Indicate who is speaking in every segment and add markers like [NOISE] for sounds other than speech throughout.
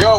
Speaker 1: Yo,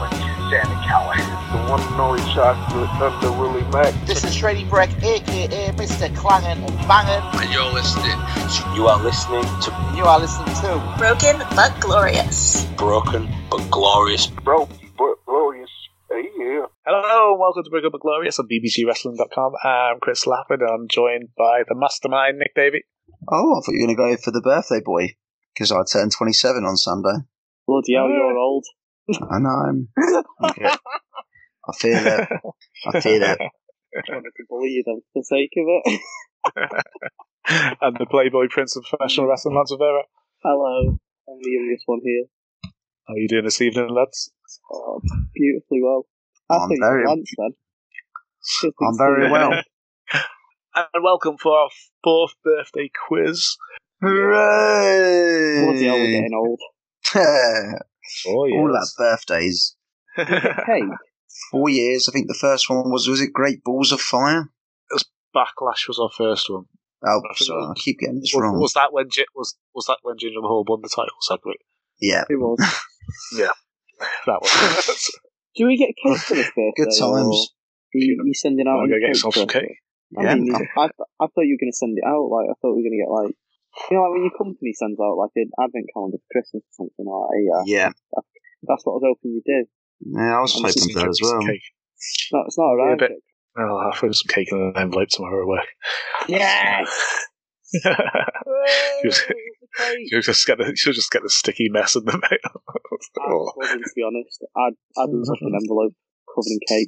Speaker 2: Sammy Callahan.
Speaker 3: The one and only shot with Thunder Willie Mack.
Speaker 4: This is Shreddy Breck, aka Mr. Clangin' and Bangin'.
Speaker 1: And you're listening to
Speaker 5: You are listening to
Speaker 4: You are listening to
Speaker 6: Broken but glorious.
Speaker 5: Broken but Glorious.
Speaker 3: Bro, but oh, glorious. Hey, yeah.
Speaker 7: Hello and welcome to Big Up and Glorious on bbgwrestling.com. I'm Chris Lappin and I'm joined by the mastermind Nick Davey.
Speaker 8: Oh, I thought you were going to go for the birthday boy because I turned 27 on Sunday.
Speaker 9: Bloody hell, you're old.
Speaker 8: I know. I'm, I
Speaker 7: [LAUGHS]
Speaker 8: feel it. I feel it.
Speaker 9: trying to bully you then for the sake of it.
Speaker 7: and the Playboy Prince of Professional Wrestling, Lance Rivera.
Speaker 9: Hello, I'm the youngest one here.
Speaker 7: How are you doing this evening, lads?
Speaker 9: Oh, beautifully well. I
Speaker 8: I'm
Speaker 9: think
Speaker 8: very-
Speaker 9: Lance then. Just
Speaker 8: I'm very
Speaker 9: explain.
Speaker 8: well.
Speaker 7: [LAUGHS] And welcome for our fourth birthday quiz.
Speaker 9: Bloody hell, we're
Speaker 8: Hooray!
Speaker 9: getting old.
Speaker 7: Oh,
Speaker 8: [LAUGHS] All that birthdays.
Speaker 9: Hey,
Speaker 8: Four years. I think the first one was was it Great Balls of Fire?
Speaker 7: [LAUGHS] Backlash was our first one.
Speaker 8: Oh,
Speaker 7: I think it
Speaker 8: sorry, I
Speaker 7: was-
Speaker 8: keep getting this
Speaker 7: Was,
Speaker 8: wrong.
Speaker 7: was that when Gi- was was that when Ginger Mahal won the title segment?
Speaker 8: yeah,
Speaker 9: it was.
Speaker 7: That
Speaker 8: [LAUGHS]
Speaker 7: was.
Speaker 9: Do we get cake for this birthday?
Speaker 8: good
Speaker 9: or
Speaker 8: times.
Speaker 9: Are you, you sending
Speaker 7: [LAUGHS]
Speaker 9: out
Speaker 7: I'm gonna get
Speaker 9: any cake
Speaker 7: yourself some
Speaker 9: for us?
Speaker 7: cake.
Speaker 9: I
Speaker 8: Yeah,
Speaker 9: mean, I, th- I thought you were going to send it out. Like I thought we were going to get like, you know, like when your company sends out like an advent calendar for Christmas or something. Like, yeah,
Speaker 8: yeah.
Speaker 9: that's what I was hoping you do.
Speaker 8: Yeah, I was
Speaker 7: I'm
Speaker 8: hoping
Speaker 7: just
Speaker 8: for that
Speaker 7: gonna
Speaker 8: as
Speaker 7: get some
Speaker 8: well.
Speaker 7: Cake.
Speaker 9: No, it's not
Speaker 7: Yeah,
Speaker 9: arrived.
Speaker 7: but-
Speaker 9: yet.
Speaker 7: Oh, I'll throw some cake in an envelope tomorrow at [LAUGHS] work. [LAUGHS]
Speaker 9: Yes.
Speaker 7: was-
Speaker 9: Yay, the cake.
Speaker 7: You'll just get the, you'll just get the sticky mess in the mail. [LAUGHS]
Speaker 9: I
Speaker 8: Oh.
Speaker 9: wasn't, to be honest. I'd, I'd love an envelope covered in cake.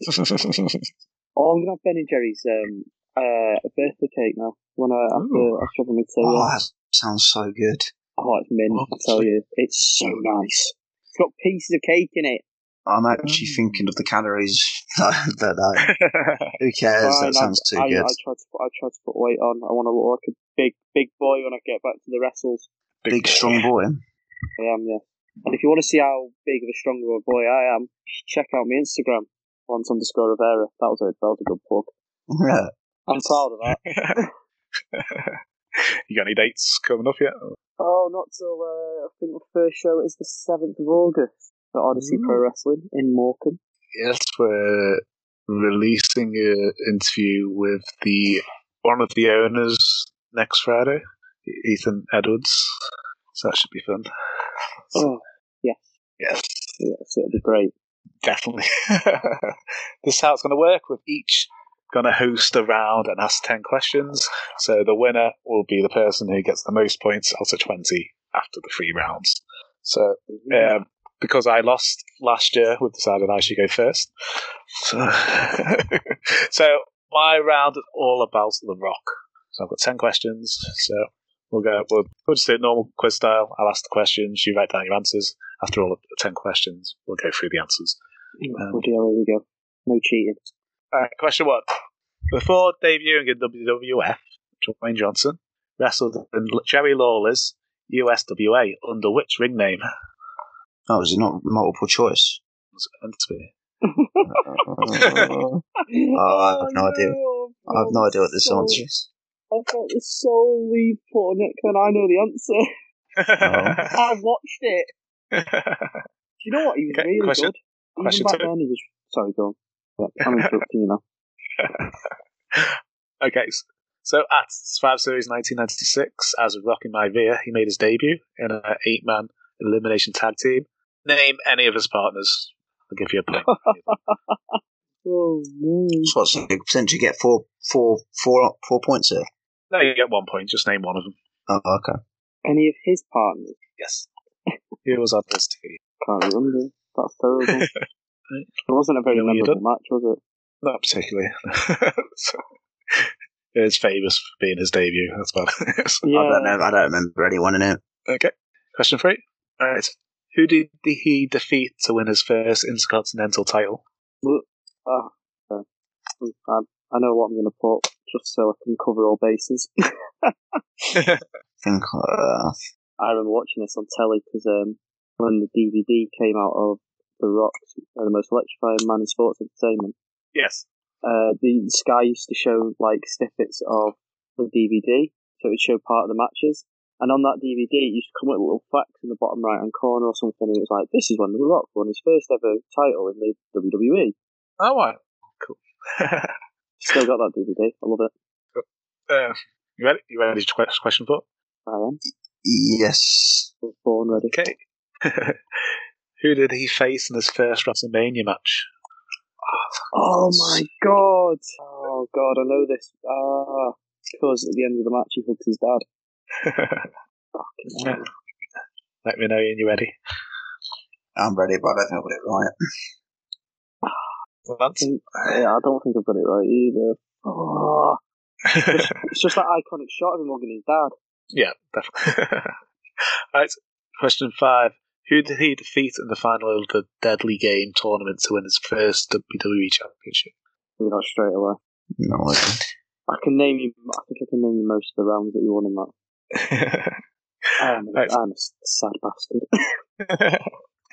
Speaker 9: Oh, I'm gonna have Ben and Jerry's um, uh, birthday cake now. When I after after having a tea.
Speaker 8: Oh,
Speaker 9: Oh,
Speaker 8: that sounds so good.
Speaker 9: it's mint. I tell you, it's so nice. It's got pieces of cake in it.
Speaker 8: I'm actually thinking of the calories. [LAUGHS] no, no, no. Who cares? That
Speaker 9: Fine,
Speaker 8: sounds too
Speaker 9: I,
Speaker 8: good.
Speaker 9: I, I tried to I tried to put weight on. I want to look like a big big boy when I get back to the wrestles.
Speaker 8: Big strong
Speaker 7: [LAUGHS]
Speaker 8: boy.
Speaker 9: I am, yeah. And if you want to see how big of a stronger of a boy I am, check out my Instagram. Lance underscore Rivera. That was a that was a good plug.
Speaker 8: Yeah.
Speaker 9: I'm proud of that.
Speaker 7: you got any dates coming up yet?
Speaker 9: Oh, not till uh, I think the first show is the seventh of August for Odyssey Pro
Speaker 8: Mm.
Speaker 9: Wrestling in Morecambe.
Speaker 7: Yes, we're releasing an interview with the one of the owners next Friday, Ethan Edwards. So that should be fun.
Speaker 9: Oh,
Speaker 7: Yes,
Speaker 9: yes, it'll be great.
Speaker 7: definitely. [LAUGHS] this is how it's going to work. With each going to host a round and ask ten questions. So the winner will be the person who gets the most points out of twenty after the three rounds. So um, because I lost last year, we've decided I should go first. So, [LAUGHS] so my round is all about The Rock. So I've got 10 questions. So we'll go, we'll, we'll just do it normal quiz style. I'll ask the questions, you write down your answers. After all of the 10 questions, we'll go through the answers.
Speaker 9: oh dear, here we go. No cheating.
Speaker 7: All right, question one. Before debuting in WWF, Dwayne Johnson wrestled in Jerry Lawler's USWA under which ring name?
Speaker 8: Oh, is it not multiple choice?
Speaker 7: Was it meant to be?
Speaker 8: Uh, I have
Speaker 9: Oh,
Speaker 8: no idea. I have no idea what this answer is.
Speaker 9: I've got the soul lead for Nick, and I know the answer. [LAUGHS] I've watched it. Do you know what? He was
Speaker 7: Okay,
Speaker 9: really
Speaker 7: question-
Speaker 9: good. Even
Speaker 7: question
Speaker 9: back
Speaker 7: two.
Speaker 9: then, he was. Sorry, go on. Yeah, I'm interrupting
Speaker 7: [LAUGHS]
Speaker 9: you now.
Speaker 7: okay, s- so at Survivor Series 1996, as Rocky Maivia, he made his debut in an eight-man elimination tag team. Name any of his partners. I'll give you a point.
Speaker 9: Oh no!
Speaker 8: So what's it, potentially get four, four, four, four points here.
Speaker 7: no, you get one point. Just name one of them.
Speaker 8: Oh, okay.
Speaker 9: Any of his partners?
Speaker 7: Yes. Who was on this team?
Speaker 9: Can't remember. That's
Speaker 7: [LAUGHS]
Speaker 9: terrible. it wasn't a very
Speaker 7: You know what you
Speaker 9: memorable match, was it?
Speaker 7: Not particularly. [LAUGHS] so, it's famous for being his debut. That's about it. [LAUGHS] So,
Speaker 9: Yeah.
Speaker 8: I don't know. I don't remember anyone in it.
Speaker 7: Okay. Question three. All right. Who did he defeat to win his first Intercontinental title?
Speaker 9: Oh, okay. I, I know what I'm going to put, just so I can cover all bases. [LAUGHS]
Speaker 8: I uh, think uh,
Speaker 9: I remember watching this on telly because um, when the DVD came out of The Rock's uh, The Most Electrifying Man in Sports Entertainment.
Speaker 7: [LAUGHS] Yes.
Speaker 9: Uh, the Sky used to show like snippets of the DVD, so it would show part of the matches. And on that DVD, it used to come with little facts in the bottom right hand corner or something. And it was like, this is when The Rock won his first ever title in the WWE.
Speaker 7: Oh, wow. Cool. [LAUGHS]
Speaker 9: Still got that DVD. I love it.
Speaker 7: uh, you ready? You ready to que- question four?
Speaker 9: I am.
Speaker 8: Yes.
Speaker 9: I was born ready.
Speaker 7: Okay. [LAUGHS] Who did he face in his first WrestleMania match? [LAUGHS]
Speaker 9: Oh my god! Oh god, I know this. Ah, because at the end of the match he hugged his dad.
Speaker 7: Hmm.
Speaker 9: Fucking hell.
Speaker 7: Let me know when you're ready.
Speaker 8: I'm ready, but I don't think I'll get it right.
Speaker 7: [LAUGHS] Lance?
Speaker 9: Yeah, I don't think I've got it right either. Oh, it's just that iconic shot of him hugging his dad.
Speaker 7: yeah, definitely. [LAUGHS] Alright, question five. Who did he defeat in the final of the Deadly Game tournament to win his first E WWE Championship?
Speaker 9: You know, straight away.
Speaker 8: No idea.
Speaker 9: I can name you. I think I can name you most of the rounds that you won in that. I'm,
Speaker 7: Right.
Speaker 9: I'm a sad bastard.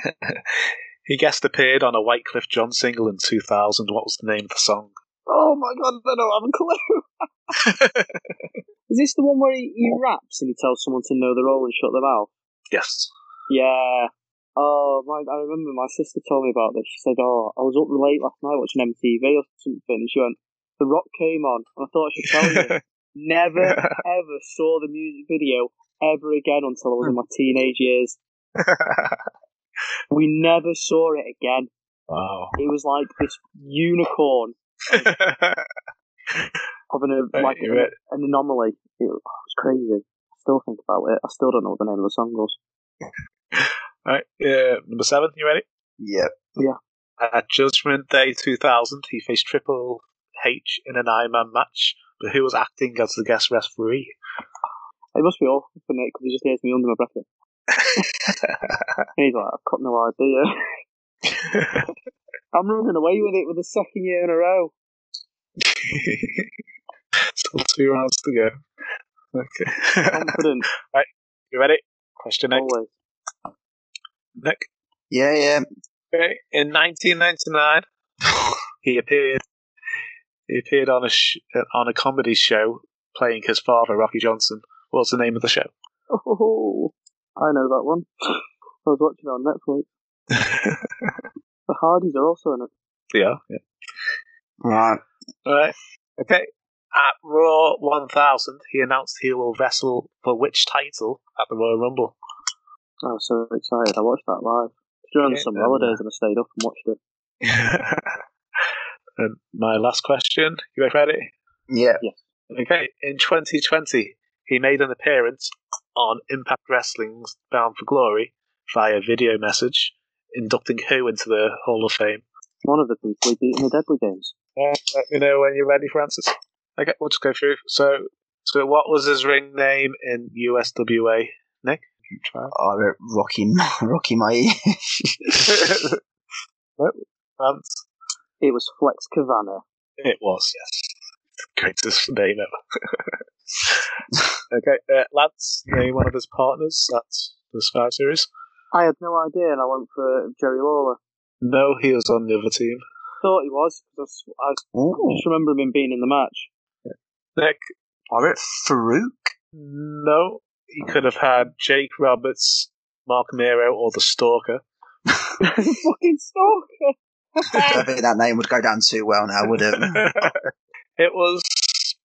Speaker 7: [LAUGHS]
Speaker 9: [LAUGHS]
Speaker 7: he guest appeared on a Wycliffe John single in 2000. What was the name of the song?
Speaker 9: Oh my god, I don't have a clue. Is this the one where he, he raps and he tells someone to know the role and shut their mouth?
Speaker 7: Yes.
Speaker 9: Yeah. Oh, my, I remember my sister told me about this. She said, "Oh, I was up late last night watching MTV or something," and she went, "The Rock came on," and I thought I should tell
Speaker 7: [LAUGHS]
Speaker 9: you. Never ever saw the music video ever again until I was in my teenage years. We never saw it again.
Speaker 7: wow. [LAUGHS]
Speaker 9: It was like this unicorn of an uh,
Speaker 7: Right,
Speaker 9: like
Speaker 7: you're
Speaker 9: an,
Speaker 7: right.
Speaker 9: an anomaly. It was crazy. I still think about it. I still don't know what the name of the song was.
Speaker 7: Alright, uh, number seven, you ready?
Speaker 8: Yep.
Speaker 7: At Judgment Day 2000, he faced Triple H in an Iron Man match, but who was acting as the guest referee? [LAUGHS]
Speaker 9: It must be awful for Nick because he just hears me under my breath. And he's like, I've got no idea. [LAUGHS] I'm running away with it for the second year in a row.
Speaker 7: Still two rounds to go. Okay.
Speaker 9: Confident,
Speaker 7: [LAUGHS] you ready? Question eight.
Speaker 9: always.
Speaker 7: Nick.
Speaker 8: Yeah, yeah.
Speaker 7: Okay. In [LAUGHS] 1999, he appeared. He appeared on a sh- on a comedy show playing his father, Rocky Johnson. What's the name of the show?
Speaker 9: Oh, I know that one. [LAUGHS] I was watching it on Netflix. The Hardys are also in it.
Speaker 7: yeah.
Speaker 8: Right.
Speaker 7: All right. Okay. At Raw 1000, he announced he will wrestle for which title at the Royal [LAUGHS] Rumble?
Speaker 9: I was so excited. I watched that live. During
Speaker 7: Okay,
Speaker 9: the summer
Speaker 7: then,
Speaker 9: holidays, and I stayed up and watched it.
Speaker 7: and my last question. You ready?
Speaker 8: Yeah.
Speaker 7: Okay. In 2020, he made an appearance on Impact Wrestling's Bound for Glory via video message, inducting who into the Hall of Fame?
Speaker 9: One of the people he beat in the Deadly Games.
Speaker 7: Uh, let me know when you're ready for answers. Okay, we'll just go through. So, so what was his ring name in USWA? [LAUGHS] Nick, you try.
Speaker 8: I wrote Rocky, [LAUGHS] Rocky my ears.
Speaker 7: Nope. Vance?
Speaker 9: It was Flex Cavana.
Speaker 7: It was, yes. Greatest name [LAUGHS] ever. okay, uh, Lance, name one of his partners. That's the Sky Series.
Speaker 9: I had no idea, and I went for Jerry Lawler.
Speaker 7: No, he was on the other team.
Speaker 9: Thought he was. 'cause I s- I
Speaker 8: Ooh.
Speaker 9: just remember him being in the match.
Speaker 7: Nick,
Speaker 8: I wrote Farouk. [LAUGHS]
Speaker 7: no. He could have had Jake Roberts, Mark Miro, or the Stalker.
Speaker 9: fucking stalker.
Speaker 8: I don't think that name would go down too well now, would it?
Speaker 7: [LAUGHS] it was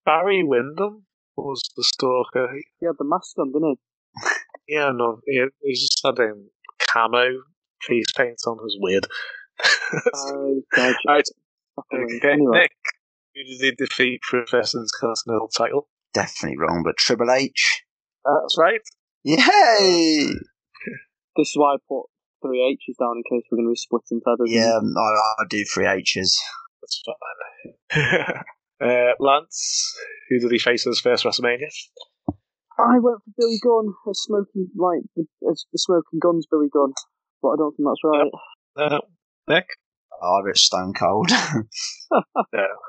Speaker 7: Barry Windham was the stalker.
Speaker 9: He had the mask on, didn't he?
Speaker 7: Yeah, no, he, he just had um, camo face paint on. It was weird.
Speaker 9: Oh, God.
Speaker 7: Alright,
Speaker 9: Fucking-
Speaker 7: okay,
Speaker 9: anyway,
Speaker 7: Nick, who did he defeat for his Continental title?
Speaker 8: Definitely wrong, but Triple H.
Speaker 7: That's right.
Speaker 8: Yay!
Speaker 9: this is why I put three H's down in case we're going to be splitting feathers.
Speaker 8: Yeah, I, I do three H's.
Speaker 7: That's fine. [LAUGHS] uh, Lance, who did he face in his first WrestleMania?
Speaker 9: I went for Billy Gunn as smoking like the, as the smoking guns Billy Gunn, but I don't think that's right.
Speaker 7: Uh, Nick?
Speaker 8: Oh, I wrote Stone Cold. [LAUGHS]
Speaker 7: No,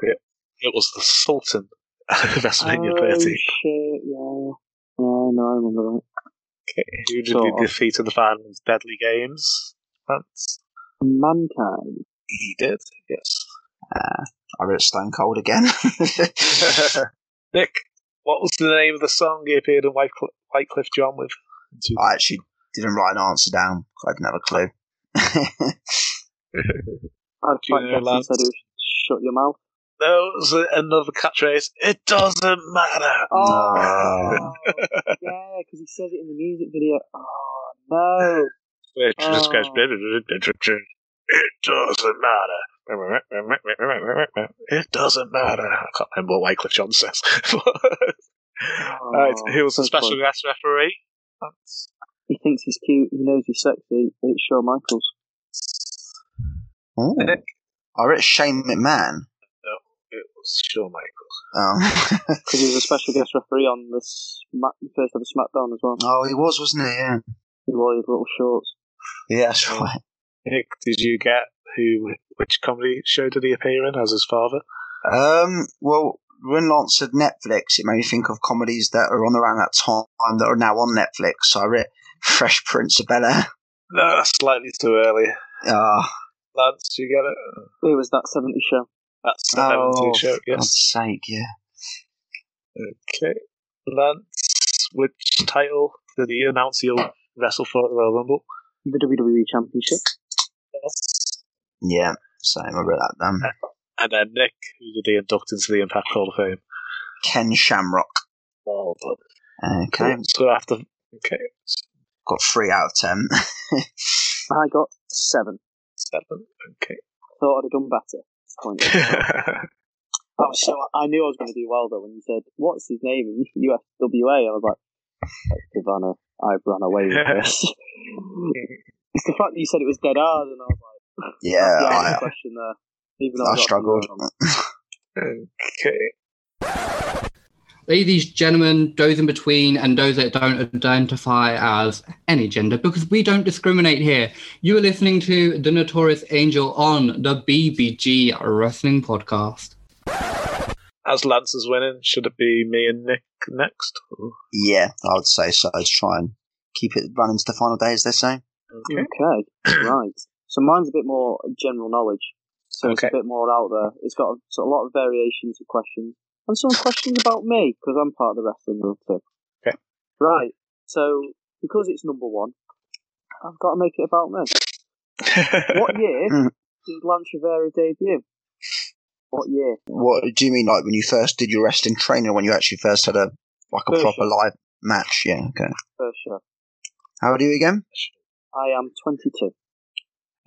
Speaker 7: it, it was the Sultan. WrestleMania
Speaker 9: oh
Speaker 7: 30.
Speaker 9: shit! Yeah, yeah, no, I remember that.
Speaker 7: Who did
Speaker 9: Sort
Speaker 7: they
Speaker 9: of.
Speaker 7: defeat in the final of Deadly Games? That's
Speaker 9: Mankind.
Speaker 7: he did. Yes.
Speaker 8: I wrote Stone Cold again. [LAUGHS]
Speaker 7: Nick, what was the name of the song he appeared in White, Cl- White Cliff John with? In two-
Speaker 8: I actually didn't write an answer down. I didn't have a clue. [LAUGHS]
Speaker 9: I'd
Speaker 7: Do you
Speaker 9: quite
Speaker 7: know
Speaker 9: guess he
Speaker 7: Lance?
Speaker 9: said it was shut your mouth.
Speaker 7: No, it was a- another catchphrase. It doesn't matter.
Speaker 9: Oh, yeah, because he says it in the music video. Oh, no.
Speaker 7: It just goes.
Speaker 9: Oh.
Speaker 7: It doesn't matter. It doesn't matter. I can't remember what Wycliffe John says. [LAUGHS]
Speaker 9: Oh,
Speaker 7: Alright, who was the
Speaker 9: good
Speaker 7: special
Speaker 9: point.
Speaker 7: guest referee? That's-
Speaker 9: He thinks he's cute. He knows he's sexy. It's Shawn Michaels.
Speaker 8: Ooh. I wrote Shane McMahon.
Speaker 7: It was Shawn Michaels.
Speaker 8: Oh.
Speaker 9: Because he was a special guest referee on the, smack, the first ever SmackDown as well.
Speaker 8: oh, he was, wasn't he? Yeah.
Speaker 9: He wore his little shorts.
Speaker 8: Yeah, that's right.
Speaker 7: Nick, did you get who? Which comedy show did he appear in as his father?
Speaker 8: Um, well, when Lance said Netflix, it made me think of comedies that are on around that time that are now on Netflix. So I wrote Fresh Prince of Bel Air.
Speaker 7: No, that's slightly too early.
Speaker 8: Oh,
Speaker 7: Lance, you get it?
Speaker 9: It was that 70 show.
Speaker 7: That's the
Speaker 8: Oh,
Speaker 7: 70s show,
Speaker 8: for
Speaker 7: yes.
Speaker 8: God's sake, yeah.
Speaker 7: Okay. Lance, which title did he announce he'll wrestle for at the Royal Rumble?
Speaker 9: The WWE Championship.
Speaker 7: Yes.
Speaker 8: Yeah, same. I wrote that down.
Speaker 7: And then Nick, who did he induct into the Impact Hall of Fame?
Speaker 8: Ken Shamrock.
Speaker 7: Well done.
Speaker 8: Okay,
Speaker 7: So after. Okay.
Speaker 8: got three out of ten. [LAUGHS]
Speaker 9: I got seven.
Speaker 7: Seven. Okay.
Speaker 9: Thought I'd have done better. Disappointed. Oh, so I knew I was going to do well though when you said, "What's his name?" in UFWA. I was like, "That's Divana, I've run away with this." it's the fact that you said it was Dead Hard, and I was like,
Speaker 8: yeah,
Speaker 9: "Yeah, I
Speaker 8: I,
Speaker 9: had a question there." Even though
Speaker 8: I
Speaker 9: got a few
Speaker 8: struggled.
Speaker 9: wrong.
Speaker 7: okay.
Speaker 10: Ladies, gentlemen, those in between, and those that don't identify as any gender, because we don't discriminate here. You are listening to The Notorious Angel on the BBG Wrestling Podcast.
Speaker 7: As Lance is winning, should it be me and Nick next?
Speaker 8: Yeah, I would say so. Let's try and keep it running to the final day, as they say.
Speaker 7: Okay.
Speaker 9: [LAUGHS] Okay, [COUGHS] right. So mine's a bit more general knowledge. So it's
Speaker 7: Okay.
Speaker 9: a bit more out there. It's got a, so a lot of variations of questions and some questions about me because I'm part of the wrestling world too.
Speaker 7: Okay.
Speaker 9: Right. So because it's number one, I've got to make it
Speaker 7: [LAUGHS]
Speaker 9: about me. What year
Speaker 7: Hmm.
Speaker 8: Mm.
Speaker 9: did Lance Rivera debut? What year?
Speaker 8: What do you mean, like when you first did your wrestling training, or when you actually first had a like a
Speaker 9: First
Speaker 8: proper
Speaker 9: show.
Speaker 8: live match? Yeah, okay.
Speaker 9: First show.
Speaker 8: How old are you again?
Speaker 9: I am 22.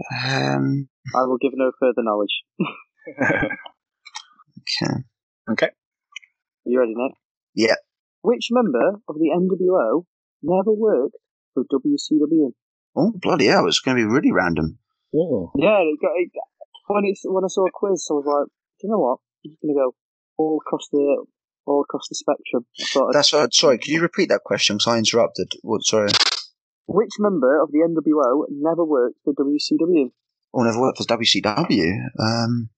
Speaker 8: Um,
Speaker 9: I will give no further knowledge.
Speaker 8: okay.
Speaker 9: You ready, Nick?
Speaker 8: Yeah.
Speaker 9: Which member of the NWO never worked for WCW?
Speaker 8: Oh bloody hell! It's going to be really random.
Speaker 9: Yeah, it got, it, when it's when I saw a quiz, I was like, do you know what? I'm just gonna go all across the all across the spectrum. I thought,
Speaker 8: That's uh, sorry. Could you repeat that question? Because I interrupted. What? Sorry.
Speaker 9: which member of the NWO never worked for WCW?
Speaker 8: Oh, never worked for WCW. Um,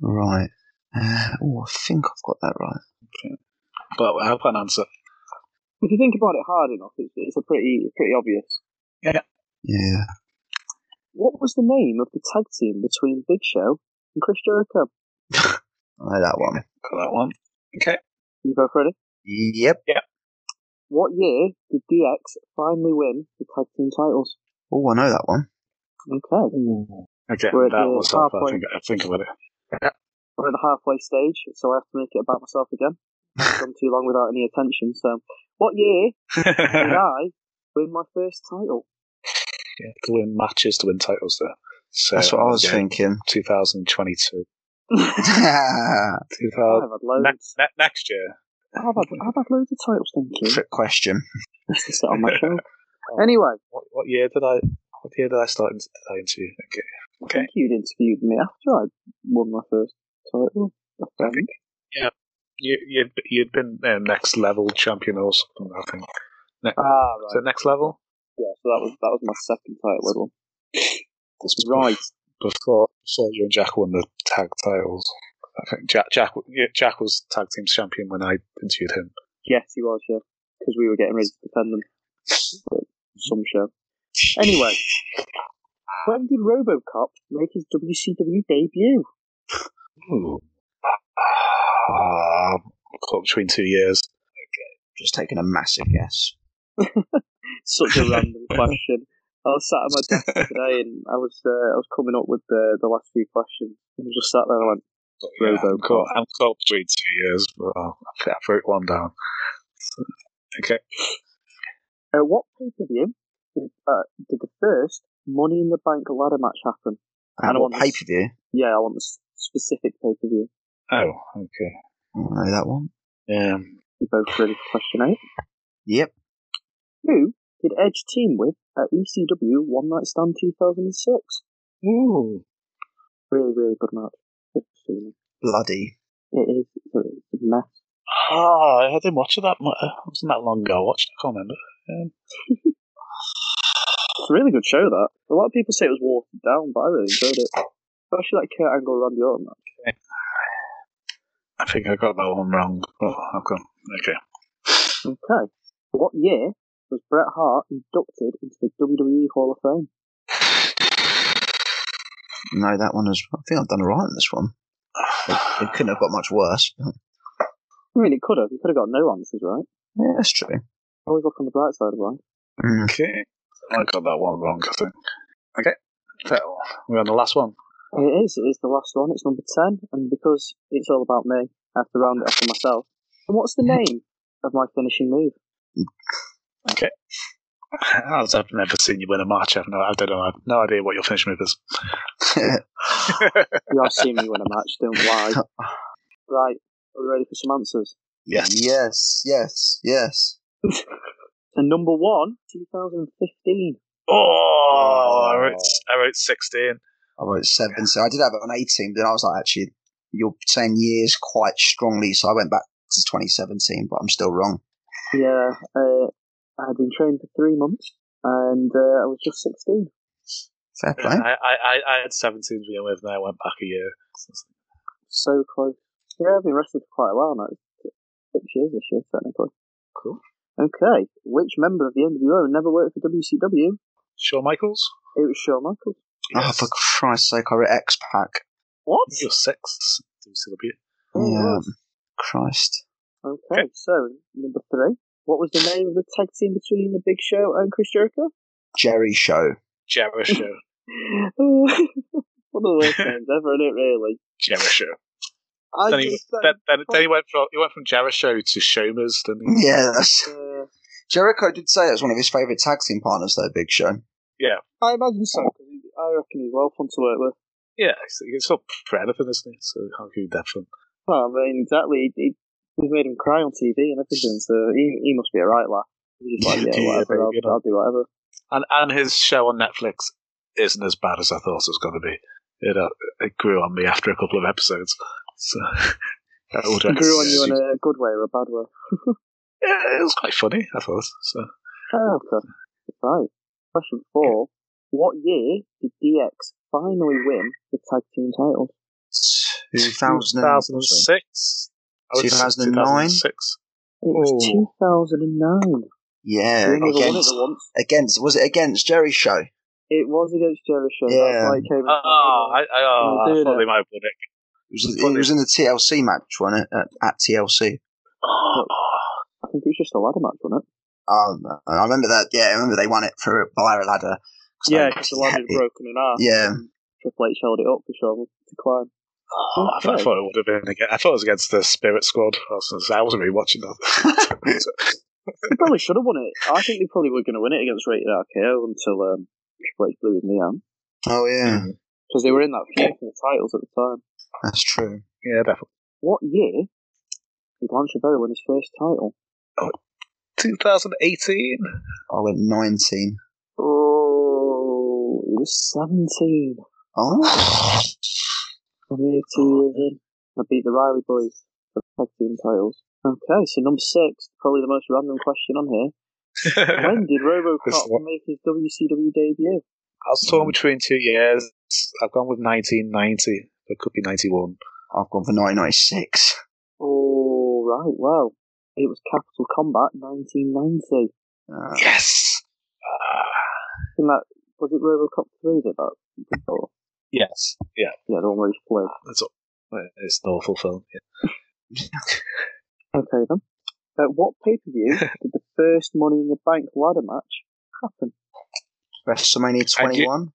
Speaker 8: right. Uh, oh, I think I've got that right.
Speaker 7: But I have an answer.
Speaker 9: If you think about it hard enough, it's, it's a pretty pretty obvious.
Speaker 8: Yeah.
Speaker 9: What was the name of the tag team between Big Show and Chris Jericho?
Speaker 8: I know that one.
Speaker 7: Got that one.
Speaker 9: You both ready?
Speaker 8: Yep.
Speaker 9: What year did DX finally win the tag team titles?
Speaker 8: Oh, I know that one.
Speaker 9: Okay,
Speaker 7: Okay,
Speaker 9: We're at
Speaker 7: that
Speaker 9: the
Speaker 7: was off. I
Speaker 9: halfway.
Speaker 7: think, I think about it.
Speaker 9: we're at the halfway stage, so I have to make it about myself again. I've gone too long without any attention. So, what year
Speaker 7: [LAUGHS]
Speaker 9: did I win my first title?
Speaker 7: Yeah, to win matches, to win titles there. So
Speaker 8: That's what I was
Speaker 7: yeah,
Speaker 8: thinking. [LAUGHS]
Speaker 7: 2022.
Speaker 8: Quick
Speaker 7: 2000,
Speaker 9: I've had loads.
Speaker 7: next, ne- next year.
Speaker 9: I've, had, I've had loads of titles. Thank you.
Speaker 8: question.
Speaker 9: That's the set on
Speaker 7: [LAUGHS]
Speaker 9: my show.
Speaker 7: Oh.
Speaker 9: Anyway,
Speaker 7: What, what year did I? What year did I start into? Did I interview? Okay.
Speaker 9: I think you'd interviewed me after I won my first title. I think.
Speaker 7: You, you'd you'd been um, next level champion or something. I think.
Speaker 9: Ah, right.
Speaker 7: Is it next level?
Speaker 9: Yeah, so that was that was my second title. I'd won.
Speaker 7: This was
Speaker 9: Right.
Speaker 7: before before you and Jack won the tag titles. I think Jack Jack yeah, Jack was tag team's champion when I interviewed him.
Speaker 9: Yes, he was, yeah. Because we were getting ready to defend them. Some show. Anyway, when did RoboCop make his WCW debut?
Speaker 7: Ooh. Ah, caught between two years.
Speaker 8: Just taking a massive guess.
Speaker 9: Such a random question. I was sat at my desk today and I was uh, I was coming up with the the last few questions. And I just sat there and went,
Speaker 7: Yeah, I'm,
Speaker 9: RoboCop.
Speaker 7: caught, I'm caught between two years, but uh, I think I wrote one down. Okay.
Speaker 9: At Uh, what pay per view did, uh, did the first Money in the Bank ladder match happen?
Speaker 8: And
Speaker 9: I
Speaker 8: Uh, what
Speaker 9: want
Speaker 8: pay
Speaker 9: this-
Speaker 8: per view?
Speaker 9: Yeah, I want the s- specific pay per view.
Speaker 7: Oh, okay. Um,
Speaker 8: Oh, I don't know that one.
Speaker 7: Yeah.
Speaker 9: You both ready for question eight?
Speaker 8: Yep.
Speaker 9: Who did Edge team with at ECW One Night Stand 2006?
Speaker 7: Ooh.
Speaker 9: Really, really good match. Good to see.
Speaker 8: Bloody.
Speaker 9: It is it's a it's a mess.
Speaker 7: Ah, I didn't watch it that much. It wasn't that long ago. I watched. it, I can't remember. Um,
Speaker 9: It's a really good show, that. A lot of people say it was watered down, but I really enjoyed it. Especially that Kurt Angle Randy Orton match.
Speaker 7: I think I got that one wrong. Oh, I've gone. Okay.
Speaker 9: Okay. What year was Bret Hart inducted into the WWE Hall of Fame?
Speaker 8: No, that one is. I think I've done alright on this one. It couldn't have got much worse. But
Speaker 9: I mean, it could have. You could have got no answers, right?
Speaker 8: yeah, that's true. [LAUGHS]
Speaker 9: Always look on the bright side of life.
Speaker 8: Mm.
Speaker 7: Okay. I got that one wrong, I think. Okay. So, we're on the last one. [LAUGHS]
Speaker 9: It is. It is the last one. It's number 10. And because it's all about me, I have to round it off to myself. And what's the name of my finishing move?
Speaker 7: Okay. I've I've never seen you win a match. I've no, I don't know. I've no idea what your finish move is. Oh,
Speaker 9: You have seen me win a match, don't lie. Right. Are we ready for some answers?
Speaker 7: yes.
Speaker 8: Yes, yes, yes.
Speaker 9: So number one, 2015.
Speaker 7: Oh, I wrote, I wrote 16.
Speaker 8: I wrote seven. So I did have it on 18, but then I was like, actually, you're saying years quite strongly. So I went back to 2017, but I'm still wrong.
Speaker 9: Yeah, uh, I had been trained for three months, and uh, I was just 16.
Speaker 8: Fair
Speaker 7: Yeah,
Speaker 8: play.
Speaker 7: I, I, I- I had 17 to begin with, and I went back a year.
Speaker 9: So close. Yeah, I've been wrestling for quite a while now. Six years this year, technically.
Speaker 7: Cool.
Speaker 9: Okay, which member of the NWO never worked for WCW?
Speaker 7: Shawn Michaels?
Speaker 9: It was Shawn Michaels.
Speaker 8: Oh, for Christ's sake, I wrote X Pack.
Speaker 9: What?
Speaker 7: You're six. Do you still appear?
Speaker 9: Oh,
Speaker 8: Um, Christ.
Speaker 9: Okay, so number three. What was the name of the tag team between The Big Show and Chris Jericho?
Speaker 8: Jerry Show. [LAUGHS]
Speaker 7: Jericho.
Speaker 9: [LAUGHS] One of the
Speaker 7: [LAUGHS]
Speaker 9: worst names ever, isn't it, really?
Speaker 7: Jericho.
Speaker 9: I
Speaker 7: Then he,
Speaker 9: just don't-
Speaker 7: then, then, then he went from he went from Jericho to Shomers, didn't he?
Speaker 8: Yeah, that's.
Speaker 9: uh,
Speaker 8: Jericho did say it was one of his favourite tag team partners, though, Big Show.
Speaker 9: I imagine so, 'cause he- I reckon he's well fun to work with.
Speaker 7: Yeah, it's, it's up for anything, isn't it? So how can you definitely?
Speaker 9: Well, I mean, exactly. He, he made him cry on TV and everything, so he, he must be a right lad. He's
Speaker 7: [LAUGHS]
Speaker 9: just like, yeah,
Speaker 7: Yeah,
Speaker 9: whatever,
Speaker 7: baby,
Speaker 9: I'll, I'll do whatever.
Speaker 7: And and his show on Netflix isn't as bad as I thought it was going to be. It uh, it grew on me after a couple of episodes. So [LAUGHS] I would
Speaker 9: He grew on you in
Speaker 7: recommend-
Speaker 9: a good way or a bad way.
Speaker 7: Yeah, it was quite funny. I thought so.
Speaker 9: Oh, okay. Right. Question four. What year did DX finally win the tag team titles?
Speaker 8: 2000.
Speaker 7: 2006? I would say
Speaker 8: 2009?
Speaker 7: 2006.
Speaker 9: It was
Speaker 7: Ooh.
Speaker 9: 2009.
Speaker 8: Yeah,
Speaker 9: Ring of the
Speaker 8: against,
Speaker 9: Wonder once.
Speaker 8: against. Was it against Jerry Show?
Speaker 9: It was against Jericho. That's
Speaker 8: Yeah.
Speaker 9: why it came.
Speaker 7: Oh, I, I, oh,
Speaker 9: Oh,
Speaker 7: I
Speaker 9: dude.
Speaker 7: thought they might have won it.
Speaker 8: It was, it was in the TLC match, wasn't it? At, at TLC.
Speaker 7: Oh,
Speaker 9: I think it was just a ladder match, wasn't it?
Speaker 8: Um, I remember that. Yeah, I remember they won it for via a ladder. 'Cause
Speaker 9: Yeah,
Speaker 8: they-
Speaker 9: because the ladder was broken in half.
Speaker 8: Yeah,
Speaker 9: Triple H held it up for Sean to climb.
Speaker 7: oh, I, thought, I thought it would have been against, I thought it was against the Spirit Squad. I was- I wasn't really watching that. [LAUGHS]
Speaker 9: They probably should have won it. I think they probably were going to win it against Rated RKO until um, Triple H blew his knee out.
Speaker 8: Oh yeah,
Speaker 9: Because they were in that feud for the titles at the time.
Speaker 8: that's true.
Speaker 7: yeah, definitely.
Speaker 9: What year did Lance Rivera win his first title?
Speaker 7: 2018?
Speaker 8: I went nineteen.
Speaker 9: Oh, he was 17.
Speaker 8: Oh,
Speaker 9: I'm here two years in. I beat the Riley boys for the tag team titles. Okay, so number six, probably the most random question on here. When did
Speaker 7: This
Speaker 9: RoboCop
Speaker 7: one.
Speaker 9: make his WCW debut?
Speaker 7: I was torn between two years. I've gone with 1990. It could be 91.
Speaker 8: I've gone for nineteen ninety six.
Speaker 9: Oh, right, well, it was Capital Combat 1990.
Speaker 8: Uh,
Speaker 7: Yes.
Speaker 9: In that, was it RoboCop 3 that that did that?
Speaker 7: Yes. Yeah.
Speaker 9: Yeah, the one where he's played.
Speaker 7: It's, it's an awful film.
Speaker 9: Okay then. At what pay per view did the first Money in the Bank ladder match happen?
Speaker 8: WrestleMania
Speaker 7: I do-
Speaker 8: 21.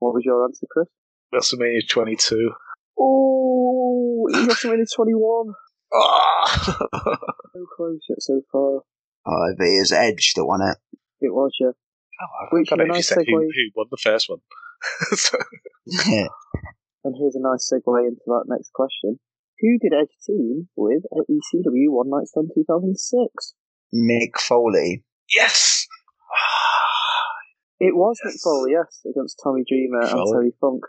Speaker 9: What was your answer, Chris?
Speaker 7: WrestleMania 22.
Speaker 9: Oh, it was WrestleMania 21.
Speaker 7: Ah!
Speaker 9: So close yet so far.
Speaker 8: Oh, but it was Edge that won it. [LAUGHS]
Speaker 9: It was, yeah.
Speaker 7: I
Speaker 9: Which
Speaker 7: don't know
Speaker 9: is a
Speaker 7: if you said
Speaker 9: nice
Speaker 7: who,
Speaker 9: segue.
Speaker 7: who won the first one. [LAUGHS] So-
Speaker 9: And here's a nice segue into that next question. Who did Edge team with at ECW One Night Stand 2006?
Speaker 8: Mick Foley.
Speaker 7: yes! Ah,
Speaker 9: It was
Speaker 7: Yes.
Speaker 9: Mick Foley, yes, against Tommy Dreamer and
Speaker 7: Foley.
Speaker 9: Terry Funk.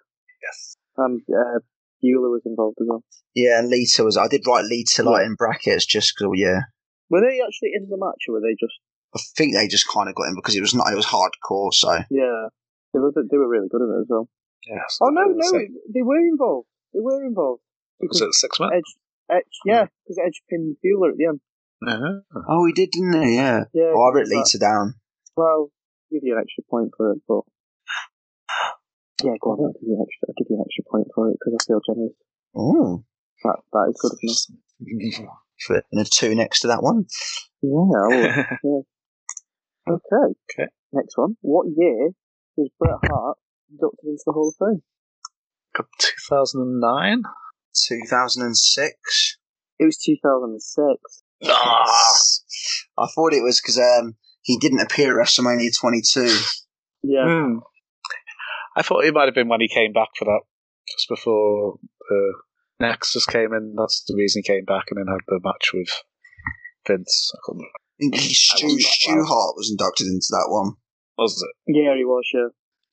Speaker 7: yes.
Speaker 9: And uh, Bueller was involved as well.
Speaker 8: Yeah, and Lita was. I did write Lita like in brackets just because. Yeah,
Speaker 9: Were they actually in the match or were they just.
Speaker 8: I think they just kind of got him because it was not. It was hardcore. So
Speaker 9: Yeah. They were, they were really good at it as well.
Speaker 7: Yes.
Speaker 9: Oh no,
Speaker 7: Uh,
Speaker 9: no,
Speaker 7: so-
Speaker 9: it- they were involved. They were involved.
Speaker 7: Was
Speaker 9: Because
Speaker 7: it six men?
Speaker 9: Edge, Edge, yeah, because Edge pinned Bueller at the end.
Speaker 7: Uh-huh.
Speaker 8: oh, he did, didn't he? Yeah.
Speaker 9: Yeah.
Speaker 8: Oh, I wrote
Speaker 9: because of that.
Speaker 8: Lita down.
Speaker 9: Well, give you an extra point for it, but [GASPS] yeah, go on. I'll give you an extra. I'll give you an extra point for it because I feel generous.
Speaker 8: Oh,
Speaker 9: That that is good enough.
Speaker 8: and a two next to that one.
Speaker 9: [LAUGHS] Yeah. I
Speaker 7: [LAUGHS]
Speaker 9: would. [LAUGHS] Okay.
Speaker 7: Okay.
Speaker 9: Next one. What year was Bret Hart inducted into the Hall of Fame?
Speaker 7: 2009?
Speaker 8: 2006.
Speaker 9: It was 2006.
Speaker 7: Ah!
Speaker 8: I thought it was because um, he didn't appear at WrestleMania 22.
Speaker 9: Yeah.
Speaker 7: Hmm. I thought it might have been when he came back for that, just before the Nexus came in. That's the reason he came back and then had the match with Vince. I can't remember.
Speaker 8: I think Stu,
Speaker 7: wasn't
Speaker 8: Stu
Speaker 7: allowed.
Speaker 8: Hart was inducted into that one.
Speaker 7: Was it?
Speaker 9: Yeah, he was. Yeah.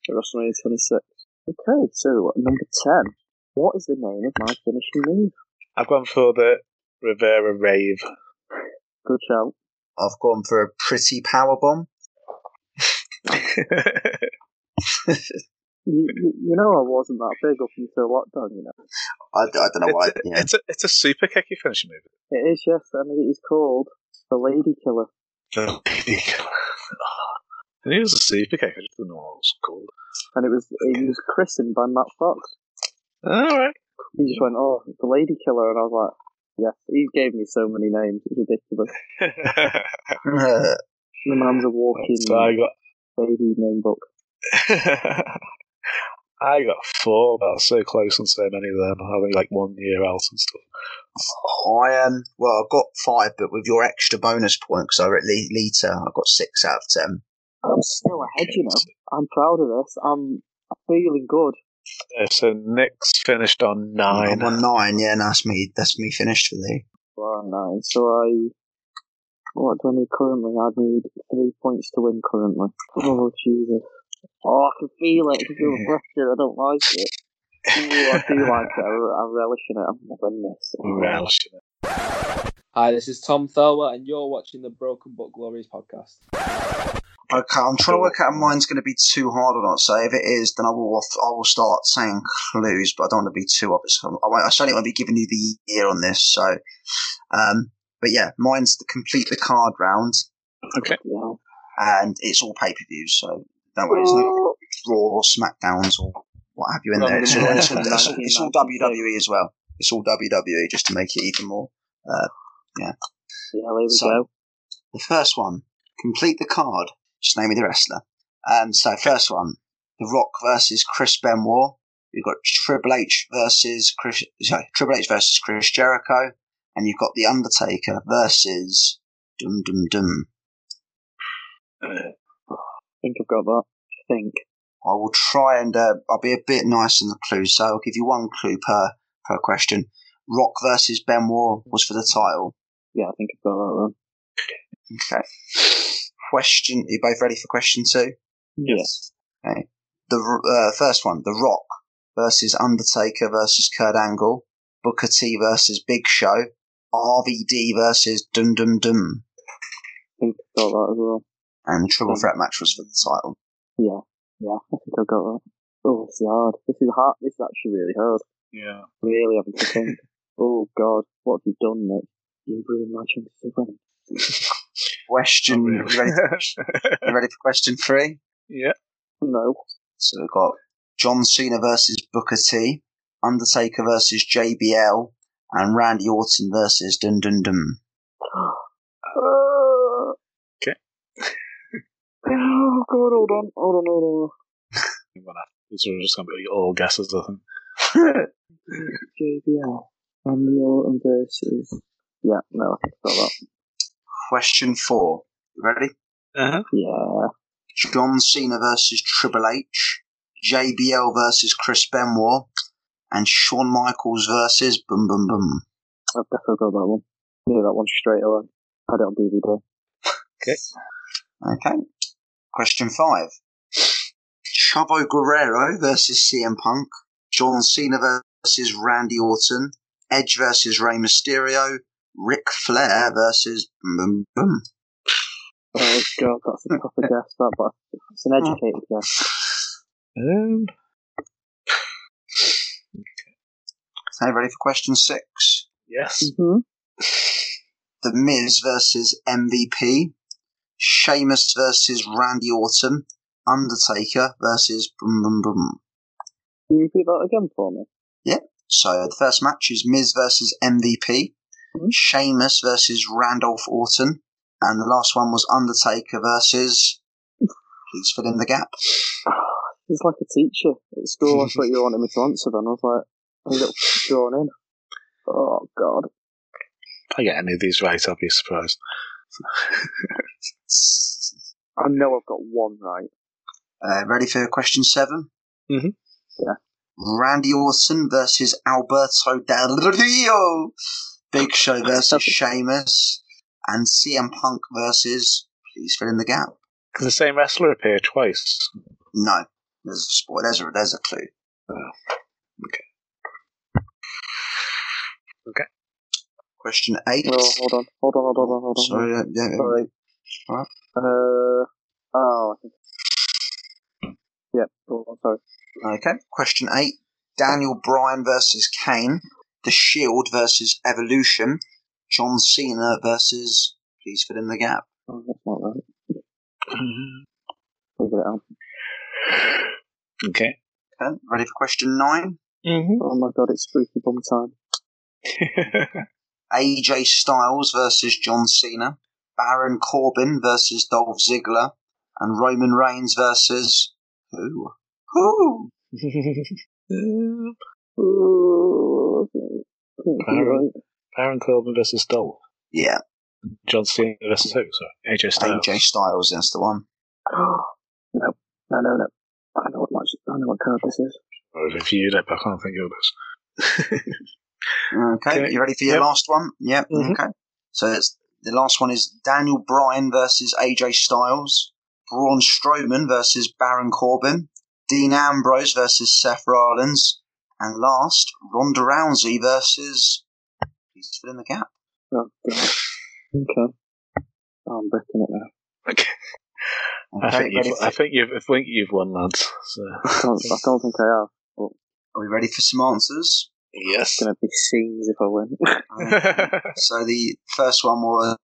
Speaker 9: At WrestleMania 26. Okay. So number ten. What is the name of my finishing move?
Speaker 7: I've gone for the Rivera [LAUGHS] rave.
Speaker 9: Good shout.
Speaker 8: I've gone for a pretty power bomb.
Speaker 9: You, you, you know I wasn't that big up until lockdown, you know.
Speaker 8: I, I don't know why.
Speaker 7: it's, a,
Speaker 8: yeah. [LAUGHS]
Speaker 7: it's a it's a super kicky finishing move.
Speaker 9: It is, yes, and it is called The Lady Killer.
Speaker 7: Oh, and he was a super kick. I just didn't know what it was called.
Speaker 9: And it was it was christened by Matt Fox.
Speaker 7: All right.
Speaker 9: He just went, Oh, The Lady Killer and I was like, Yes, he gave me so many names, it's ridiculous.
Speaker 8: Uh,
Speaker 9: The man's a walking
Speaker 7: so I got
Speaker 9: baby name book.
Speaker 7: [LAUGHS] I got four. That was so close on so many of them. I think like one year out and stuff.
Speaker 8: I um, well, I got five, but with your extra bonus point because I wrote Le- Lita, I got six out of ten.
Speaker 9: I'm still ahead, you know. I'm proud of this. I'm feeling good.
Speaker 7: Yeah, Uh, so Nick's finished on nine.
Speaker 8: I'm on nine. Yeah, and that's me. That's me finished for the.
Speaker 9: Well nine. So I what do I need currently? I need three points to win currently. Oh Jesus. Oh I can feel it, I can feel the pressure, I don't like it. Ooh, I do like it. I, I relish in it. I'm loving this. Oh,
Speaker 7: Relish in it.
Speaker 11: Hi, this is Tom Thurwell, and you're watching the Broken But Glorious podcast.
Speaker 8: Okay, I'm trying to work out if mine's going to be too hard or not. So if it is, then I will. off- I will start saying clues, but I don't want to be too obvious. I, won't, I certainly won't be giving you the year on this. So, um, but yeah, mine's the complete the card round,
Speaker 7: Okay.
Speaker 9: yeah.
Speaker 8: and it's all pay per views. So don't worry, it's not Raw or SmackDowns or what have you in there. It's all, it's all, it's all, it's all WWE as well. It's all WWE just to make it even more.
Speaker 9: Yeah, there we
Speaker 8: So-
Speaker 9: go.
Speaker 8: The first one, complete the card. Just name me the wrestler. Um, so first one, The Rock versus Chris Benoit. You've got Triple H versus Chris. Sorry, Triple H versus Chris Jericho, and you've got The Undertaker versus Dum Dum Dum.
Speaker 9: I think I've got that. I think.
Speaker 8: I will try and uh, I'll be a bit nice on the clues, so I'll give you one clue per per question. Rock versus Benoit was for the title.
Speaker 9: Yeah, I think I've got that
Speaker 8: Okay. Question: Are you both ready for question two?
Speaker 9: then.
Speaker 8: The uh, first one: The Rock versus Undertaker versus Kurt Angle, Booker T versus Big Show, RVD versus Dum Dum Dum,
Speaker 9: Yeah, I think I've got that as well.
Speaker 8: and the
Speaker 7: Hmm.
Speaker 8: triple threat match was for the title.
Speaker 9: Yeah, yeah, I think I've got that. Oh, this is hard. This is hard. This is actually really hard.
Speaker 7: Yeah.
Speaker 9: Really having to think. oh God, what have you done, Nick? You ruined my chances of winning.
Speaker 8: Question.
Speaker 7: Not really.
Speaker 8: You ready, for, question- you ready for question three?
Speaker 7: [LAUGHS] Yeah.
Speaker 9: No.
Speaker 8: So we've got John Cena versus Booker T, Undertaker versus JBL, and Randy Orton versus Dun Dun Dun.
Speaker 9: Uh,
Speaker 7: Okay.
Speaker 9: [LAUGHS] oh god, hold on, hold on, hold
Speaker 7: I'm gonna- These are just going to be all guesses, I think. [LAUGHS]
Speaker 9: on. JBL. Randy Orton versus. Yeah, no, I think I got that.
Speaker 8: Question four. You ready?
Speaker 7: Uh-huh.
Speaker 9: Yeah.
Speaker 8: John Cena versus Triple H, JBL versus Chris Benoit, and Shawn Michaels versus Boom Boom Boom.
Speaker 9: I've definitely got that one. Knew that one straight away. Had it on DVD.
Speaker 8: Okay. Question five. Chavo Guerrero versus CM Punk, John Cena versus Randy Orton, Edge versus Rey Mysterio, Ric Flair versus Boom Boom.
Speaker 9: Oh god, that's [LAUGHS] a proper guess, that, but it's an educated guess.
Speaker 7: Um,
Speaker 8: So ready for question six?
Speaker 7: yes.
Speaker 9: Mm-hmm.
Speaker 8: The Miz versus MVP, Sheamus versus Randy Orton, Undertaker versus Boom Boom Boom.
Speaker 9: Can you repeat that again for me?
Speaker 8: So the first match is Miz versus MVP,
Speaker 9: Mhm.
Speaker 8: Sheamus versus Randolph Orton, and the last one was Undertaker versus. Please fill in the gap.
Speaker 9: It's like a teacher at school. I thought you wanted me to answer then. I was like, a little drawn in. Oh god.
Speaker 7: If I get any of these right, I'll be surprised.
Speaker 9: I know I've got one right.
Speaker 8: Uh, ready for question 7
Speaker 7: Mhm.
Speaker 9: Yeah.
Speaker 8: Randy Orton versus Alberto Del Rio. Big Show versus Sheamus. And CM Punk versus. Please fill in the gap.
Speaker 7: Can the same wrestler appear twice?
Speaker 8: No. There's a sport. There's a, there's a clue.
Speaker 7: Okay.
Speaker 8: Question eight.
Speaker 9: Oh, hold on, hold on, hold on, hold on. Hold on.
Speaker 8: Sorry. yeah, yeah, yeah.
Speaker 9: Sorry.
Speaker 8: Alright.
Speaker 9: Uh, oh, I think. Yeah, oh, I'm sorry.
Speaker 8: Okay. Question eight. Daniel Bryan versus Kane. The Shield versus Evolution. John Cena versus. Please fill in the gap.
Speaker 9: Oh, that's not right. Figure it out.
Speaker 7: okay.
Speaker 8: Okay. Ready for question nine?
Speaker 7: Mm-hmm.
Speaker 9: Oh my god, it's freaky bum time.
Speaker 8: AJ Styles versus John Cena. Baron Corbin versus Dolph Ziggler. And Roman Reigns versus. Who? Who?
Speaker 9: Ooh, okay. Can't be
Speaker 7: Alright.
Speaker 9: right.
Speaker 7: Baron Corbin versus Dolph.
Speaker 8: Yeah,
Speaker 7: John Cena versus who? Sorry. AJ Styles.
Speaker 8: AJ Oh, Styles, that's the one.
Speaker 9: no, no, Oh, no, no. I know what much. I know what card this is.
Speaker 7: I've reviewed it, but I can't think of this.
Speaker 8: Okay,
Speaker 7: Okay,
Speaker 8: you ready for your
Speaker 7: yep.
Speaker 8: last one? Yep,
Speaker 7: Mhm.
Speaker 8: okay. So it's, the last one is Daniel Bryan versus AJ Styles, Braun Strowman versus Baron Corbin, Dean Ambrose versus Seth Rollins, and last, Ronda Rousey versus. Please fill in the gap.
Speaker 9: Oh, God. Okay. Oh, I'm breaking it now.
Speaker 7: Okay. I
Speaker 8: Okay,
Speaker 7: think,
Speaker 8: ready
Speaker 7: you've,
Speaker 8: for,
Speaker 7: I think you've, I think you've won, lads. So.
Speaker 9: I don't, I don't think I have.
Speaker 8: are we ready for some answers?
Speaker 7: Yes.
Speaker 9: It's gonna be scenes if I win. [LAUGHS]
Speaker 8: Uh,
Speaker 7: [LAUGHS]
Speaker 8: so the first one was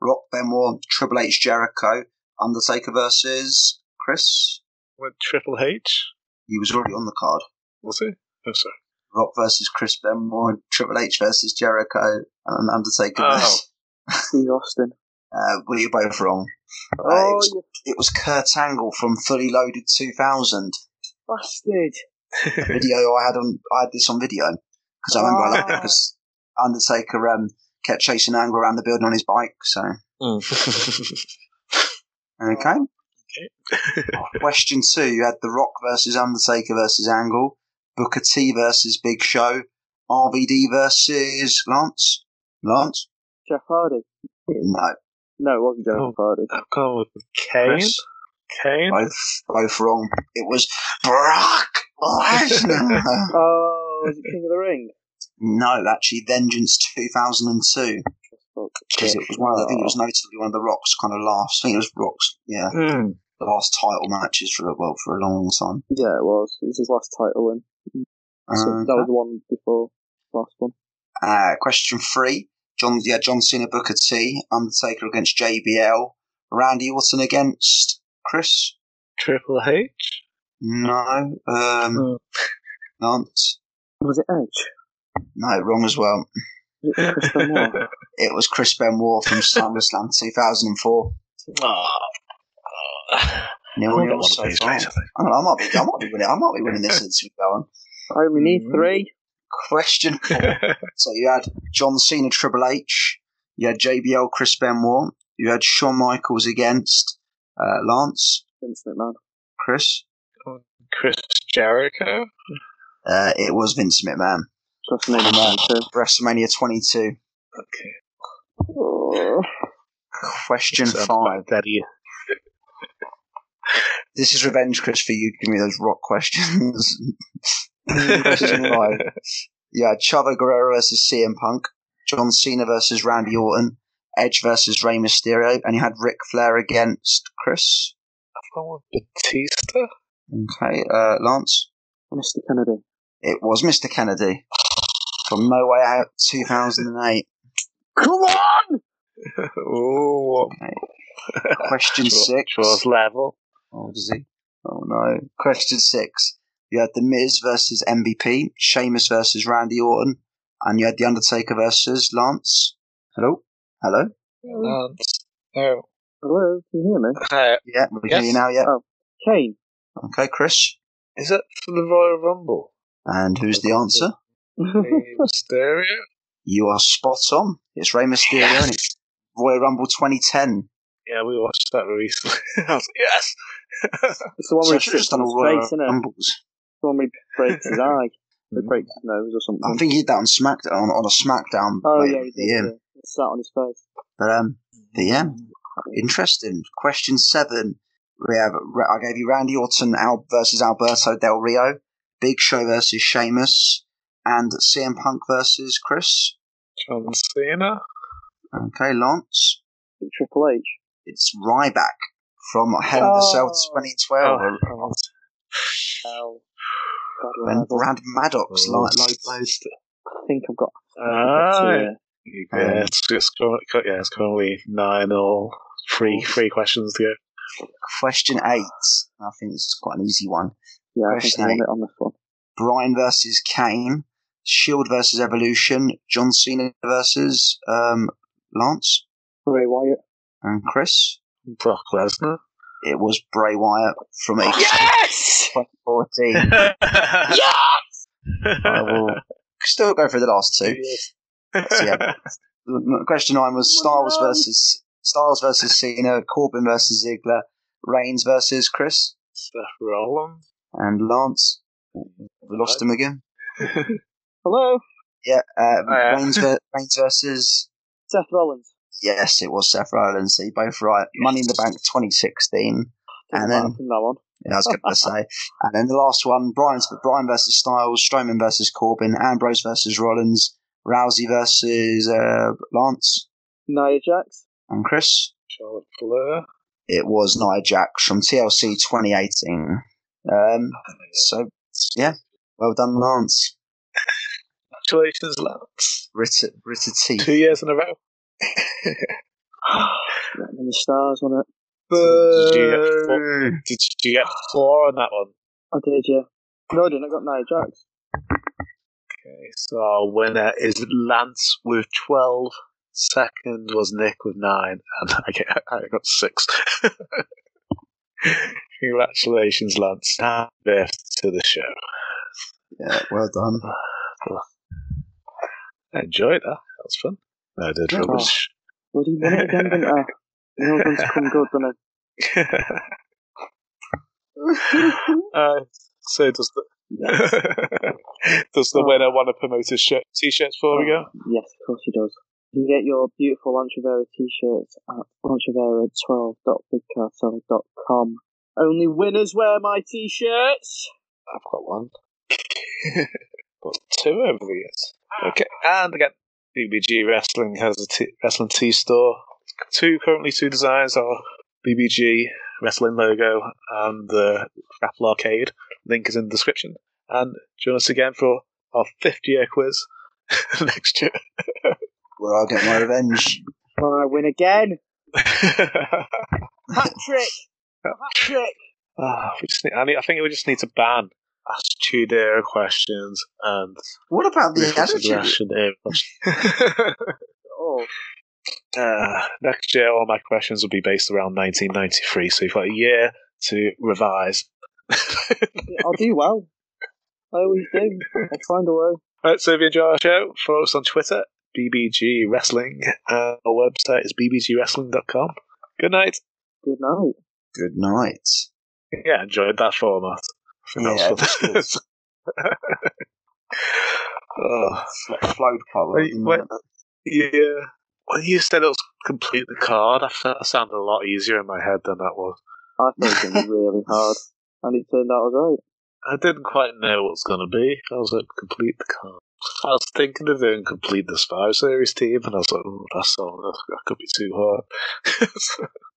Speaker 8: Rock Benoit, Triple H Jericho, Undertaker versus Chris.
Speaker 7: With Triple H?
Speaker 8: He was already on the card.
Speaker 7: Was it? Oh, sorry.
Speaker 8: Rock versus Chris Benoit, Triple H versus Jericho, and Undertaker.
Speaker 7: Oh.
Speaker 8: versus-
Speaker 9: Steve Austin.
Speaker 8: Uh, well, you're both wrong.
Speaker 9: Oh,
Speaker 8: it's-
Speaker 9: you
Speaker 8: It was Kurt Angle from Fully Loaded 2000.
Speaker 9: bastard!
Speaker 8: Video I had on, I had this on video because I remember I
Speaker 7: Oh.
Speaker 8: loved it
Speaker 9: Ah.
Speaker 8: because Undertaker um, kept chasing Angle around the building on his bike. So
Speaker 7: Mm.
Speaker 8: [LAUGHS] okay.
Speaker 7: [LAUGHS]
Speaker 8: Question two, you had The Rock versus Undertaker versus Angle, Booker T versus Big Show, RVD versus Lance. Lance?
Speaker 9: Jeff Hardy.
Speaker 8: No,
Speaker 9: No, it wasn't Jeff
Speaker 7: Oh.
Speaker 9: Hardy.
Speaker 7: I've gone with Kane.
Speaker 8: Chris?
Speaker 7: Kane?
Speaker 8: both both wrong. It was Brock Lesnar.
Speaker 9: Oh, is it King of the Ring?
Speaker 8: no, actually, Vengeance 2002
Speaker 9: Fuck.
Speaker 8: because it was one. Of the, I think it was notably one of the Rock's kind of last. I think it was Rock's. Yeah,
Speaker 7: Hmm.
Speaker 8: last title matches for a well for a long time.
Speaker 9: Yeah, it was. It was his last title win. So
Speaker 8: Uh,
Speaker 9: that was the one before last one.
Speaker 8: Uh, question three. John, yeah, John Cena, Booker T, Undertaker against JBL, Randy Orton against Chris
Speaker 7: Triple H.
Speaker 8: No, um, Nance.
Speaker 9: Was it Edge?
Speaker 8: No, wrong as well. [LAUGHS]
Speaker 9: Chris
Speaker 7: [LAUGHS]
Speaker 9: Benoit.
Speaker 8: It was Chris Benoit from SummerSlam 2004.
Speaker 7: I
Speaker 8: Nil
Speaker 7: won't get
Speaker 8: nil
Speaker 7: one of
Speaker 8: so
Speaker 7: these
Speaker 8: far.
Speaker 7: days, I think.
Speaker 8: I, don't know, I might be, I might be winning. I might be winning this as we go on.
Speaker 9: I only
Speaker 8: Mm.
Speaker 9: need three.
Speaker 8: Question
Speaker 7: [LAUGHS]
Speaker 8: four. so you had John Cena, Triple H. You had JBL, Chris Benoit. You had Shawn Michaels against uh, Lance,
Speaker 9: Vince McMahon.
Speaker 8: Chris.
Speaker 7: Chris Jericho.
Speaker 8: Uh, it was Vince McMahon.
Speaker 9: WrestleMania 22.
Speaker 8: WrestleMania 22. Oh. Question
Speaker 7: Sounds
Speaker 8: five.
Speaker 7: quite dead, yeah.
Speaker 8: This is revenge, Chris, for you giving me those rock questions. [LAUGHS] Question five. Yeah, Chavo Guerrero versus CM Punk, John Cena versus Randy Orton, Edge versus Rey Mysterio, and you had Ric Flair against Chris.
Speaker 7: Oh, Batista.
Speaker 8: Okay, uh, Lance.
Speaker 9: Mr. Kennedy.
Speaker 8: It was Mr. Kennedy from No Way Out 2008.
Speaker 9: Come
Speaker 7: [LAUGHS]
Speaker 9: on!
Speaker 7: Oh,
Speaker 8: Question
Speaker 7: Draw-
Speaker 8: six.
Speaker 7: draws level.
Speaker 8: Oh, does he? Oh no. Question six. You had The Miz versus MVP, Sheamus versus Randy Orton, and you had The Undertaker versus Lance. Hello? Hello?
Speaker 7: Lance. Oh, No.
Speaker 9: Hello, can you hear me?
Speaker 7: Uh,
Speaker 8: Yeah, we can hear
Speaker 7: Yes.
Speaker 8: you now, yeah. [LAUGHS]
Speaker 9: Kane.
Speaker 8: Okay, Chris.
Speaker 7: is it for the Royal Rumble?
Speaker 8: And who's the answer?
Speaker 7: Rey Mysterio.
Speaker 8: You are spot on. It's Rey Mysterio, isn't it? Royal Rumble 2010.
Speaker 7: Yeah, we watched that recently. [LAUGHS] I was like, yes.
Speaker 9: It's the one
Speaker 8: So
Speaker 9: where
Speaker 8: I
Speaker 9: he
Speaker 8: should have
Speaker 9: trips
Speaker 8: just done
Speaker 9: on
Speaker 8: a
Speaker 9: his
Speaker 8: Royal
Speaker 9: face, isn't it?
Speaker 8: Rumbles.
Speaker 9: It's the one where he breaks
Speaker 8: [LAUGHS]
Speaker 9: his eye. He breaks his nose or something.
Speaker 8: Mm. I think he did that on SmackDown on, on a SmackDown
Speaker 9: oh,
Speaker 8: later
Speaker 9: yeah,
Speaker 8: in the
Speaker 9: he did.
Speaker 8: year.
Speaker 9: Yeah. It's sat on his face.
Speaker 8: But um, but yeah, interesting. Question seven: We have I gave you Randy Orton Al- versus Alberto Del Rio, Big Show versus Sheamus, and CM Punk versus Chris.
Speaker 7: John Cena.
Speaker 8: Okay, Lance,
Speaker 9: Triple H.
Speaker 8: it's Ryback from Hell in the Cell
Speaker 9: Oh.
Speaker 8: 2012.
Speaker 7: Oh,
Speaker 9: L. God,
Speaker 8: When
Speaker 9: love it.
Speaker 8: Brad Maddox
Speaker 7: Oh.
Speaker 8: like low low
Speaker 9: I think I've got.
Speaker 7: Ah,
Speaker 9: I've got two.
Speaker 7: yeah. yeah, it's, it's, cur- cur- yeah, it's currently nine or three three questions to go.
Speaker 8: Question eight. I think this is quite an easy one.
Speaker 9: Yeah, I think I
Speaker 8: Question
Speaker 9: won
Speaker 8: eight.
Speaker 9: it on this one.
Speaker 8: Bryan versus Kane, Shield versus Evolution, John Cena versus um, Lance
Speaker 9: Ray Wyatt.
Speaker 8: and Chris.
Speaker 7: Brock Lesnar.
Speaker 8: It was Bray Wyatt from X
Speaker 7: Yes!
Speaker 8: [LAUGHS] 2014. I will still go for the last two. So, yeah. Question nine was Styles versus Styles versus Cena, Corbin versus Ziggler, Reigns versus Chris
Speaker 7: Seth Rollins.
Speaker 8: and Lance. We lost him again.
Speaker 9: Hello,
Speaker 8: Yeah, uh,
Speaker 7: Oh, yeah. [LAUGHS]
Speaker 8: Reigns, ver- Reigns versus
Speaker 9: Seth Rollins.
Speaker 8: Yes, it was Seth Rollins. So you both right. Money in the Bank 2016. And
Speaker 9: Doesn't matter
Speaker 8: then-
Speaker 9: from now on.
Speaker 8: Yeah, I was going to say. And then the last one, Brian's but Brian versus Styles, Strowman versus Corbin, Ambrose versus Rollins, Rousey versus uh, Lance
Speaker 9: Nia Jax.
Speaker 8: and Chris.
Speaker 7: Charlotte Flair.
Speaker 8: It was Nia Jax from TLC 2018. Um, so yeah, well done, Lance.
Speaker 7: Congratulations, Lance.
Speaker 8: Ritter, Ritter T.
Speaker 7: Two years in a row.
Speaker 9: That many stars on it.
Speaker 7: Did you get four, did you get four on that one?
Speaker 9: I did, yeah. No, I didn't. I got Nia Jax.
Speaker 7: Okay, so our winner is Lance with 12. Second was Nick with 9. And [LAUGHS] I, get, I got 6. [LAUGHS] Congratulations, Lance. Happy birthday to the show.
Speaker 8: Yeah, well done.
Speaker 7: I enjoyed that. That was fun. No, I did
Speaker 8: Yeah.
Speaker 7: rubbish.
Speaker 9: Well, he won it again,
Speaker 8: [LAUGHS]
Speaker 9: didn't I? You know, it's come good, didn't it?
Speaker 7: [LAUGHS] uh, so does the... [LAUGHS] Does the winner want to promote his shirt, t-shirts before we go?
Speaker 9: Yes, of course he does. You can get your beautiful Lanchevera t-shirts at lanchevera12.bigcartel.com. Only winners wear my t-shirts.
Speaker 7: I've got one. got two over the years. Okay, and again, BBG Wrestling has a t- wrestling tea store. Two currently, two designs are BBG Wrestling logo and the Grapple Arcade. Link is in the description. [LAUGHS] And join us again for our fifth year quiz next year.
Speaker 8: where I'll get my revenge.
Speaker 9: Well, I
Speaker 7: [LAUGHS]
Speaker 9: win again. Hat trick. Hat trick.
Speaker 7: Ah, we just need, I, need, I think we just need to ban Ask Tudor questions and
Speaker 8: what about the attitude?
Speaker 9: Oh,
Speaker 7: [LAUGHS] Uh, next year, all my questions will be based around 1993, so you've got a year to revise. [LAUGHS]
Speaker 9: I'll do well. I always do. I'll find a way.
Speaker 7: Right, so if you enjoy our show, follow us on Twitter, BBG Wrestling. Uh, our website is bbgwrestling.com. Good night.
Speaker 9: Good night.
Speaker 8: Good night.
Speaker 7: Yeah, enjoyed that format. I think that was fun. [LAUGHS] oh.
Speaker 8: Flowed quite well.
Speaker 7: Wait,
Speaker 8: didn't
Speaker 7: wait.
Speaker 8: it?
Speaker 7: Yeah. When you said it was complete the card, I felt that sounded a lot easier in my head than that was.
Speaker 9: I thought it was really hard, and it turned out all right.
Speaker 7: I didn't quite know what it was going to be. I was like, complete the card. I was thinking of doing complete the Spy Series team, and I was like, oh, that song, that could be too hard. [LAUGHS]